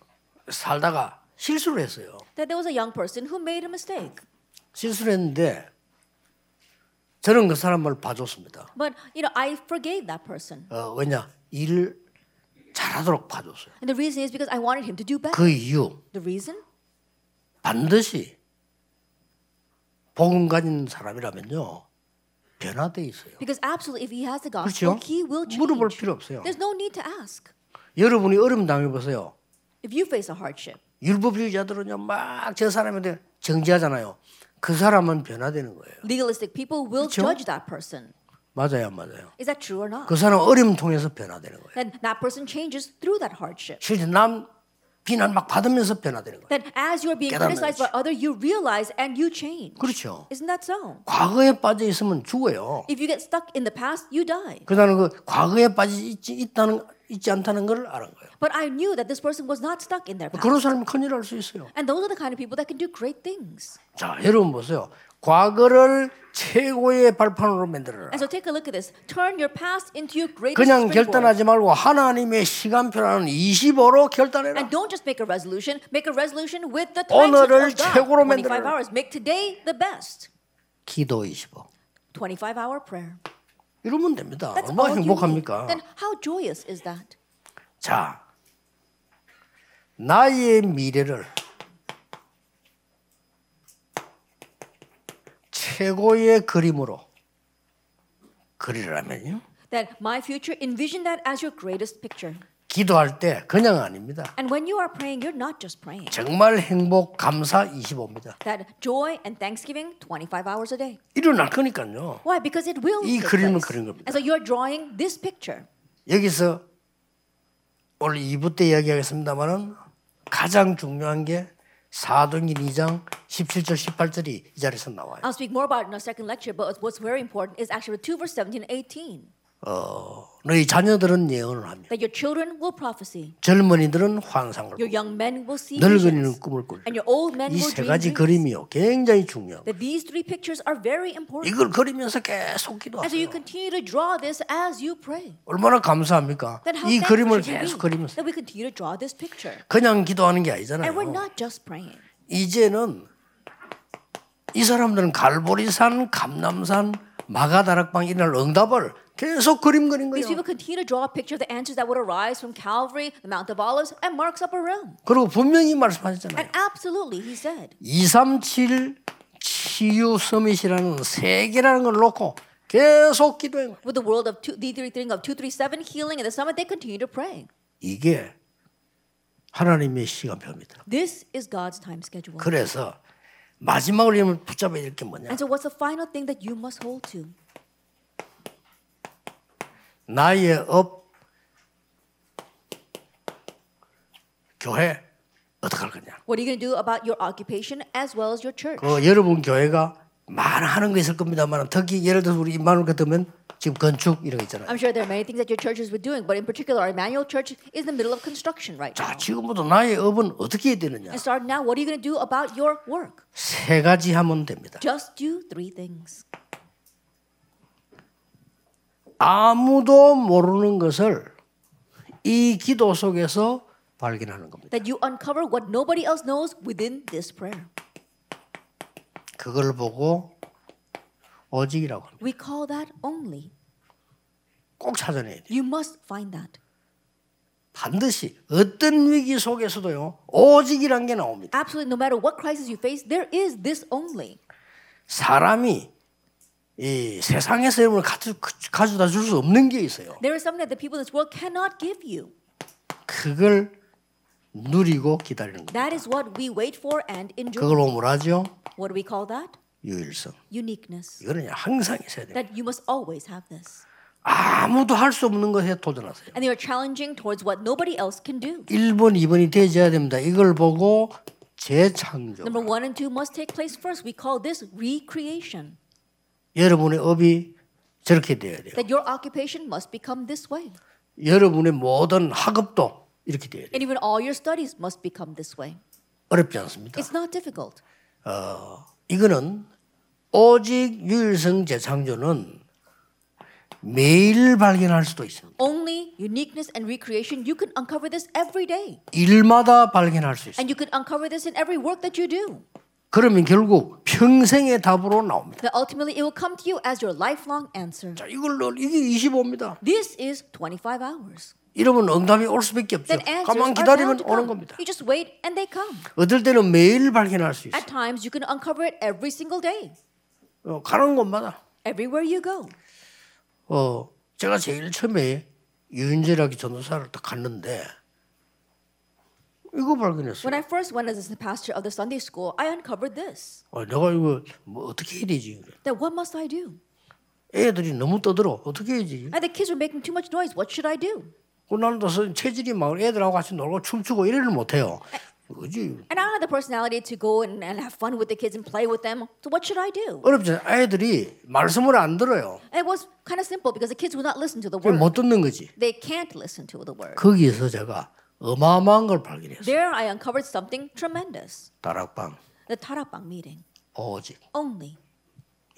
살다가 실수를 했어요. That there was a young person who made a mistake. 실수를 했는데 저는 그 사람을 봐줬습니다. But, you know, I forgave that person. 어, 왜냐 일 잘하도록 봐줬어요. And the reason is because I wanted him to do better. 그 이유 The reason? 반드시 복음 가진 사람이라면요 변화돼 있어요. Because absolutely, if he has the gospel, 그렇죠? 어, he will change. 네. 물어볼 필요 없어요. There's no need to ask. 여러분이 어려움 당해 보세요. If you face a hardship, 율법주의자들은요 막 저 사람한테 정지하잖아요. 그 사람은 변화되는 거예요. legalistic people will 그렇죠? judge that person. 맞아요, 안 맞아요. Is that true or not? 그 사람 어려움 통해서 변화되는 거예요. Then that person changes through that hardship. 실제 남 비난 막 받으면서 변화되는 거예요. Then, as you're being 깨닫는 criticized by other, you realize and you change. 그렇죠. Isn't that so? 과거에 빠져 있으면 죽어요. If you get stuck in the past, you die. 그다음 그 과거에 빠져 있지 있다는 있지 않다는 걸 아는 거예요. But I knew that this person was not stuck in their past. 그런 사람이 큰일 할 수 있어요. And those are the kind of people that can do great things. 자, 여러분 보세요. 과거를 최고의 발판으로 만들어라. And so take a look at this. Turn your past into your greatest 그냥 springboard. 결단하지 말고 하나님의 시간표라는 25로 결단해라. And don't just make a resolution. Make a resolution with the time 오늘을 of God. 최고로 25 만들어라. hours. Make today the best. 기도 25. 25 hour prayer. 이러면 됩니다. That's 얼마나 all you need. 행복합니까? Then how joyous is that? 자, 나의 미래를 최고의 그림으로 그리라면요. That my future, envision that as your greatest picture. 기도할 때 그냥 아닙니다. And when you are praying, you're not just praying. 정말 행복 감사 25입니다. That joy and thanksgiving 25 hours a day. 일어날 거니까요. Why? Because it will. 이 take 그림을 place. 그린 겁니다. And so you're drawing this picture. 여기서 오늘 2부 때 이야기하겠습니다만은 가장 중요한 게 사도행전 2장 17절 18절이 이 자리에서 나와요. I'll speak more about it in our second lecture, but what's very important is actually 2 verse 17 and 18 어, 너희 자녀들은 예언을 하며 that your children will prophesy, 젊은이들은 환상을 your young men will see 늙은이는 visions, 꿈을 꿀. and your old men will 이 세 dream 가지 dreams. 그림이요. 굉장히 중요해요. That these three pictures are very important. 이걸 그리면서 그 계속 And so you 기도하세요. continue to draw this as you pray. 얼마나 감사합니까? Then how 이 thankful 그림을 should we 계속 be 그리면서 that we continue to draw this picture. 그냥 기도하는 게 And we're 아니잖아요. not just praying. 이제는 이 사람들은 갈보리산, 감남산, 마가다락방 이런 응답을 계속 그림 그린 거예요. These people continue to draw a picture of the answers that would arise from Calvary, the Mount of Olives, and Mark's Upper Room. 그리고 분명히 And 말씀하셨잖아요. absolutely, he said. 237 치유 서밋이라는 세계라는 걸 놓고 계속 기도해요. with the world of two, the three thing of 237 healing and the summit, they continue to pray. 이게 하나님의 시간표입니다. This is God's time schedule. 그래서 마지막으로 이름을 붙잡아야 될 게 뭐냐? And so, what's the final thing that you must hold to? 나의 업 교회 어떻게 할 거냐? What are you going to do about your occupation as well as your church? 그 여러분 교회가 많은 거 있을 겁니다만 특히 예를 들어서 우리 임마누엘 같으면 지금 건축 이런 거 있잖아요. I'm sure there are many things that your churches were doing, but in particular, our Emmanuel Church is in the middle of construction right now. 자 지금부터 나의 업은 어떻게 해야 되느냐? And starting now, what are you going to do about your work? 세 가지 하면 됩니다. Just do three things. 아무도 모르는 것을 이 기도 속에서 발견하는 겁니다. That you uncover what nobody else knows within this prayer. 그걸 보고 오직이라고 합니다. We call that only. 꼭 찾아내야 돼요. You must find that. 반드시 어떤 위기 속에서도요 오직이란 게 나옵니다. Absolutely, no matter what crisis you face, there is this only. 사람이 이 세상에서 여러분을 가져, 가져다 줄 수 없는 게 있어요. There is something that the people in this world cannot give you. 그걸 누리고 기다리는 거. That is what we wait for and enjoy. 그걸 오므라죠 What do we call that? 유일성. Uniqueness. 이거는 항상 있어야 돼요. That you must always have this. 아무도 할 수 없는 것에 도전하세요. And they are challenging towards what nobody else can do. 1번, 2번이 되어야 됩니다. 이걸 보고 재창조. Number one and two must take place first. We call this recreation. 여러분의 업이 저렇게 돼야 돼요. That your occupation must become this way. 여러분의 모든 학업도 이렇게 돼야 돼요. And even all your studies must become this way. 어렵지 않습니다. It's not difficult. 이거는 오직 유일성 재창조는 매일 발견할 수도 있습니다. Only uniqueness and recreation, you can uncover this every day. 일마다 발견할 수 있습니다. And you can uncover this in every work that you do. 그러면 결국 평생의 답으로 나옵니다. That ultimately it will come to you as your lifelong answer. 자, 이걸 넣- 이게 25입니다. This is 25 hours. 이러면 응답이 올 수밖에 없죠. Then answers 가만 are bound 기다리면 to 오는 come. 겁니다. You just wait and they come. 어떨 때는 매일 발견할 수 있어요. 아. At times, you can uncover it every single day, 어, 가는 곳마다 everywhere you go. 어, 제가 제일 처음에 유인재라기 전도사를 딱 갔는데 이거 발견했어요. When I first went as a pastor of the Sunday school, I uncovered this 어, 내가 이거 뭐 어떻게 해야 되지? 그래. that what must I do? 애들이 너무 떠들어. 어떻게 해야지? And the kids were making too much noise. What should I do? 그 나는 또 선- 체질이 막 애들하고 같이 놀고 춤추고 이래를 못해요. 그지 And I don't have the personality to go and, and have fun with the kids and play with them. So what should I do? 어렵지. 애들이 말씀을 안 들어요. And it was kind of simple because the kids will not listen to the 그걸 word. 못 듣는 거지. They can't listen to the word. 거기에서 제가 어마어마한 걸 발견했어요. There I uncovered something tremendous. 다락방 The Tarapang meeting. 오직 Only.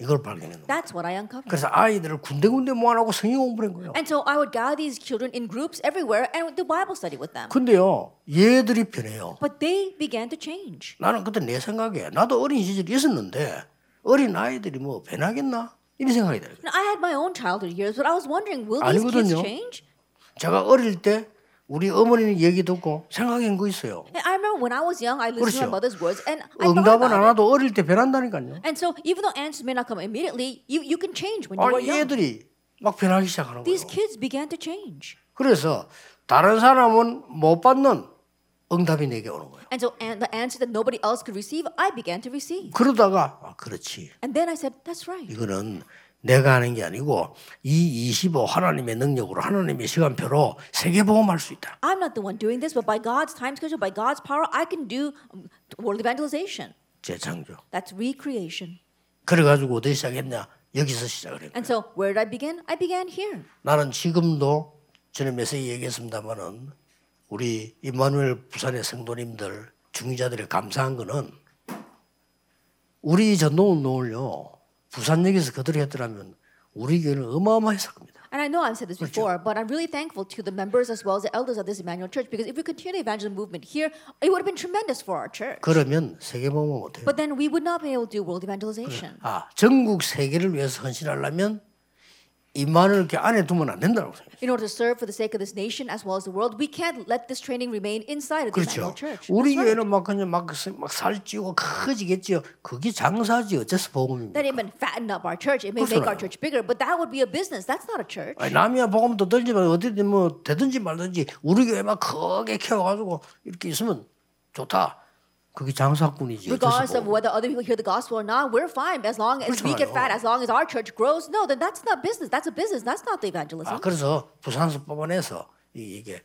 이걸 발견했는 거예요. That's what I uncovered. 그래서 아이들을 군데군데 모아놓고 성경 공부를 한 거예요. And so I would gather these children in groups everywhere and do Bible study with them. 근데요 얘들이 변해요. But they began to change. 나는 그때 내 생각에 나도 어린 시절이 있었는데 어린 아이들이 뭐 변하겠나 이런 생각이 들어요. Now, I had my own childhood years, but I was wondering, will these kids 아니거든요. change? 제가 어릴 때 우리 어머니는 얘기 듣고 생각한 거 있어요. And I remember when I was young, I listened 그렇죠. to my mother's words, and I thought 응답은 안 about it. 와도 어릴 때 변한다니까요. And so, even though answers may not come immediately, you, you can change when you are 아니 young. 얘들이 막 변하기 시작하는 거예요. These kids began to change. 그래서 다른 사람은 못 받는 응답이 내게 오는 거예요. And so, and the answer that nobody else could receive, I began to receive. 그러다가 아, 그렇지 And then I said, that's right. 이거는 내가 하는 게 아니고 이 25 하나님의 능력으로 하나님의 시간표로 세계 복음할 수 있다. I'm not the one doing this, but by God's time schedule, by God's power, I can do um, world evangelization. 재창조. That's recreation. 그래가지고 어디 시작했냐? 여기서 시작을 했고 And so, where did I begin? I began here. 나는 지금도 전에 메시지 얘기했습니다만은 우리 임마누엘 부산의 성도님들 중위자들이 감사한 거는 우리 전동운동을요 부산역에서 그들이 했더라면 우리 교회는 어마어마했을 겁니다. And I know I've said this before, but I'm really thankful to the members as well as the elders of this Emmanuel Church because if we continue the evangelism movement here, it would have been tremendous for our church. 그러면 세계복음은 못해요. But then we would not be able to do world evangelization. 아 전국 세계를 위해서 헌신하려면 임마누엘 이렇게 안에 두면 안 된다고 생각해요. In order to serve for the sake of this nation as well as the world, we can't let this training remain inside of the Emmanuel 그렇죠. Church. 우리 That's right. 교회는 막 그냥 막, 막 살찌고 커지겠지요. 그게 장사지 어째서 복음입니까? That it may fatten up our church, it may make our 그렇잖아요. church bigger, but that would be a business. That's not a church. 아니, 남이야 복음도 든지만 어디든 뭐 되든지 말든지 우리 교회만 크게 키워가지고 이렇게 있으면 좋다. 그게 장사꾼이지. Regardless 어째서 of 복음. whether other people hear the gospel or not, we're fine. As long as we 그렇잖아요. get fat, as long as our church grows, no, then that's not business. That's a business. That's not the evangelism. 아 그래서 부산서 법원에서 이- 이게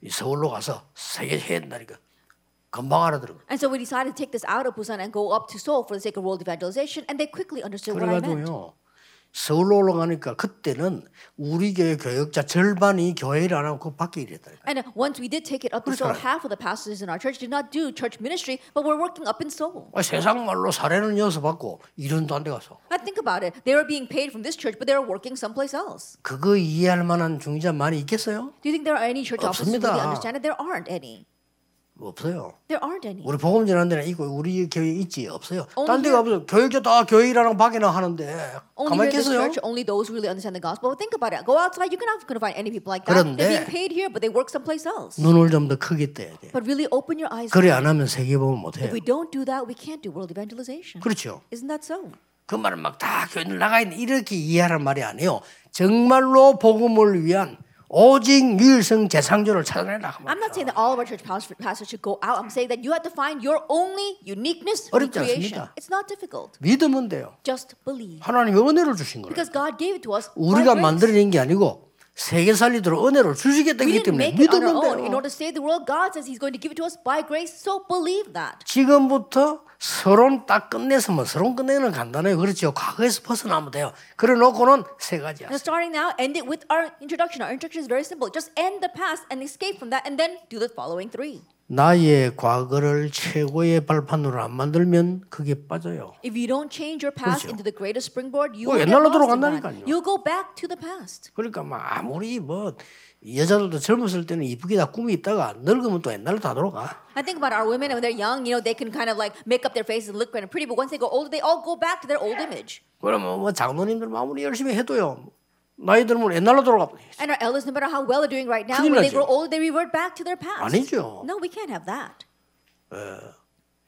이 서울로 가서 세계 해야 된다니까 금방 알아들어. And so we decided to take this out of Busan and go up to Seoul for the sake of world evangelization, and they quickly understood what I meant. 그래가지고요. 서울로 올라가니까 그때는 우리 교회 교역자 절반이 교회를 안 하고 그 밖에 일했다니까. And uh, once we did take it up to Seoul, 그렇잖아요. half of the pastors in our church did not do church ministry, but were working up in Seoul. 아, 세상 말로 사례는 이어서 받고 이런도 안 돼 가서 I think about it. They were being paid from this church, but they were working someplace else. 그거 이해할 만한 중자 많이 있겠어요? Do you think there are any church officers who really 없습니다. understand it? There aren't any. 없어요. There aren't any. 우리 복음 전하는 데는 있고 우리 교회 있지 없어요. 딴 오늘- 데가 없어요. 교육자 다 교회라는 밖에나 하는데 가만 히 Only here at this 있겠어요? church, only those who really understand the gospel. But think about it. Go outside, you're not going to find any people like that. They're 그런데- being paid here, but they work someplace else. 눈을 좀 더 크게 떠야 돼. But really open your eyes. 그래 안 하면 세계 보면 못 해요. If we don't do that, we can't do world evangelization. 그렇죠. Isn't that so? 그 말은 막 다 교회를 나가 있는 이렇게 이해하란 말이 아니에요. 정말로 복음을 위한 오직 유일성 재상조를 찾아내라. 그 I'm 말이에요. not saying that all of our church pastors pastors should go out. I'm saying that you have to find your only uniqueness 어렵지 않습니다. recreation. It's not difficult. 믿으면 돼요. Just believe. 하나님이 은혜를 주신 거예요. Because God gave it to us. by 우리가 grace. 만들어낸 게 아니고 세계 살리도록 은혜를 we 주시겠다기 어, didn't 때문에 make it on 믿으면 our own. In 돼요. order to save the world, God says He's going to give it to us by grace. So believe that. 지금부터 서론 딱 끝내서면 서론 끝내는 간단해요. 그렇죠. 과거에서 벗어나면 돼요. 그래 놓고는 세 가지야. Now, starting now, end it with our introduction. Our introduction is very simple. Just end the past and escape from that, and then do the following three. 나의 과거를 최고의 발판으로 안 만들면 그게 빠져요. If you don't change your past 그렇죠. into the greatest springboard, you 어, will get 옛날로 lost in 돌아간다니까요. that. You'll go back to the past. 그러니까 막 아무리 뭐 여자들도 젊었을 때는 이쁘게 다 꿈이 있다가 늙으면 또 옛날로 다 돌아가. I think about our women when they're young, you know, they can kind of like make up their faces and look kind of pretty, but once they go older, they all go back to their old image. 그러면 뭐 장로님들 아무리 열심히 해도요. 나이 들면 옛날로 돌아가. And our elders, no matter how well they're doing right now, 큰일 when they 나죠. grow old, they revert back to their past. 아니죠. No, we can't have that.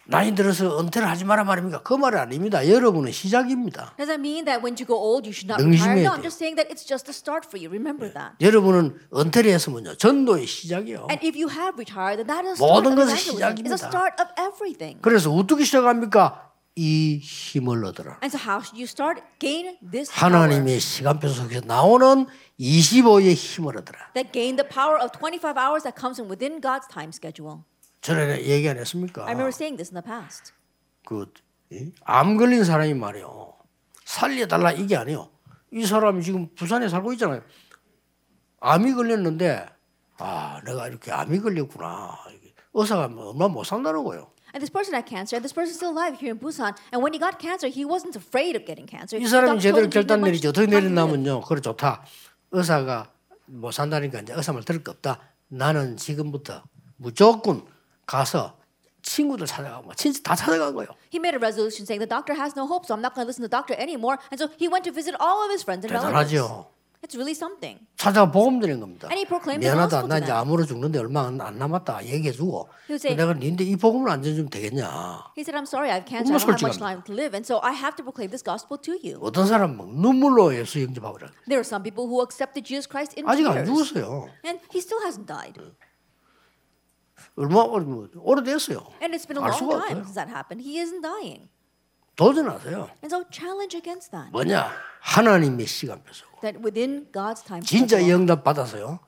나이 들어서 은퇴를 하지 마라 말입니까? 그 말이 아닙니다. 여러분은 시작입니다. Does that mean that when you go old, you should not 명심해야 retire? No, I'm 돼요. just saying that it's just a start for you. Remember that. 여러분은 은퇴를 했으면요. 전도의 시작이요. And if you have retired, then that is a start 모든 of 것의 evangelism. It's a 시작입니다. start of everything. 그래서 어떻게 시작합니까? 이 힘을 얻어라. And so how should you start? Gain this power. 하나님의 시간표 속에 나오는 25의 힘을 얻어라. That gain the power of 25 hours that comes from within God's time schedule. 전에 얘기 안 I 했습니까? remember saying this in the past. 그, 예? 그암 걸린 사람이 말이요 살려달라 이게 아니요 이 사람이 지금 부산에 살고 있잖아요 암이 걸렸는데 아 내가 이렇게 암이 걸렸구나 의사가 뭐 얼마 못 산다는 거예요 And this person had cancer, and this person's still alive here in Busan. And when he got cancer, he wasn't afraid of getting cancer. 이 His 사람이 doctor told 제대로 him, "You have 결단 much 내리지 어떻게 time to live." 내리냐면요 그래 좋다 의사가 못 산다니까 이제 의사 말 들을 거 없다 나는 지금부터 무조건 가서 친구들 찾아가고 친지 다 찾아간 거예요 He made a resolution saying the doctor has no hope, so I'm not going to listen to the doctor anymore. And so he went to visit all of his friends and relatives. 대단하죠 It's really something. 찾아가 복음 드린 겁니다. And he proclaimed the 미안하다. gospel 나 to 이제 them. 암으로 죽는데 얼마 안, 안 남았다. 얘기해주고. He would say- 내가 니인데 이 복음을 안 전주면 되겠냐. He said, I'm sorry, I have cancer. 얼마나 I don't have much 솔직합니까? time to live. And so I have to proclaim this gospel to you. 어떤 사람 막 눈물로 예수 영접하고 그래. There are some people who accepted Jesus Christ in 아직 안 tears. 죽었어요. And he still hasn't died. 얼마 뭐, 오래- 오래됐어요. And it's been a 알 long 수가 time 없어요. since that happened. He isn't dying. 도전하세요. And so challenge against that. 뭐냐? 하나님의 시간표서. That within God's time. 진짜 schedule, 이 응답 받아서요.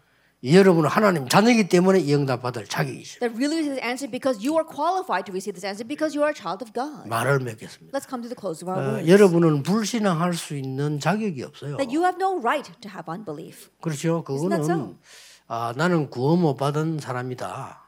여러분은 하나님 자녀이기 때문에 이 응답 받을 자격이 있어요. that really receive this answer because you are qualified to receive this answer because you are a child of God. 말을 맺겠습니다. Let's come to the close of our 어, words. 여러분은 불신앙할 수 있는 자격이 없어요. That you have no right to have unbelief. 그렇죠. that 그거는 so? 아, 나는 구원 못 받은 사람이다.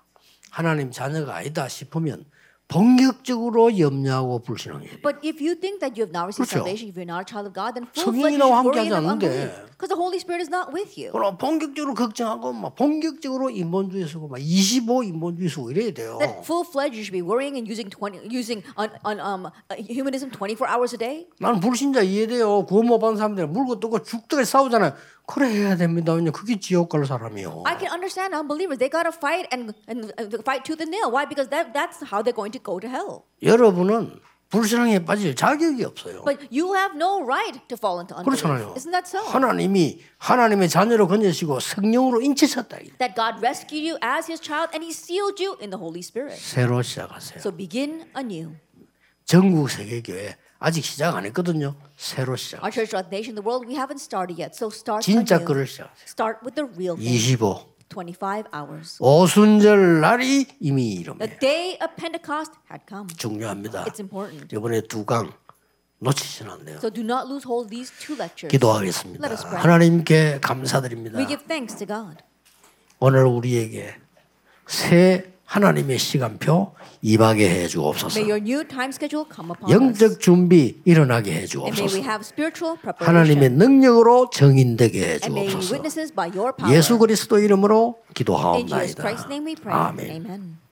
하나님 자녀가 아니다 싶으면 본격적으로 염려하고 불신앙해요. But if you think that you have not received 그렇죠. salvation, if you're not a child of God, then full 성령이 fledged 나와 worry 함께하지 and 않는데. unbelief. Because the Holy Spirit is not with you. 그럼 본격적으로 걱정하고 막 본격적으로 인본주의 쓰고 막25 인본주의 쓰고 이래야 돼요. That full fledged you should be worrying and using twenty using on, on um uh, humanism twenty four hours a day. 나는 불신자 이해돼요. 구원 못 받은 사람들 물고 뜨고 죽더니 싸우잖아요. 그래 해야 됩니다. 왜냐 그게 지옥 갈 사람이요. I can understand unbelievers. They gotta fight and, and uh, fight tooth and nail. Why? Because that that's how they're going to go to hell. 여러분은 불신앙에 빠질 자격이 없어요. But you have no right to fall into 그렇잖아요. unbelief. Isn't that so? 하나님이 하나님의 자녀로 건지시고 성령으로 인치셨다. That God rescued you as His child and He sealed you in the Holy Spirit. 새로 시작하세요. So begin anew. 전국 세계 교회 아직 시작 안 했거든요. 새로 시작. Our church throughout the nation, the world, we haven't started yet. So start 진짜 anew. 글을 시작하세요. Start with the real thing. 25. 25 hours. 오순절 날이 이미 이릅니다. The day of Pentecost had come. 중요합니다. It's important. 이번에 두 강 놓치진 않네요. So do not lose hold of these two lectures. 기도하겠습니다. Let us pray. 하나님께 감사드립니다. We give thanks to God. 오늘 우리에게 새 하나님의 시간표 임하게 해 May 주옵소서. your new time schedule come upon us. 영적 준비 일어나게 해 And may we 주옵소서. have spiritual 하나님의 preparation. 능력으로 정인되게 해 And may we 주옵소서. witnesses by your power. 예수 그리스도 이름으로 In Jesus 기도하옵나이다. Christ's name we pray. 아멘. Amen.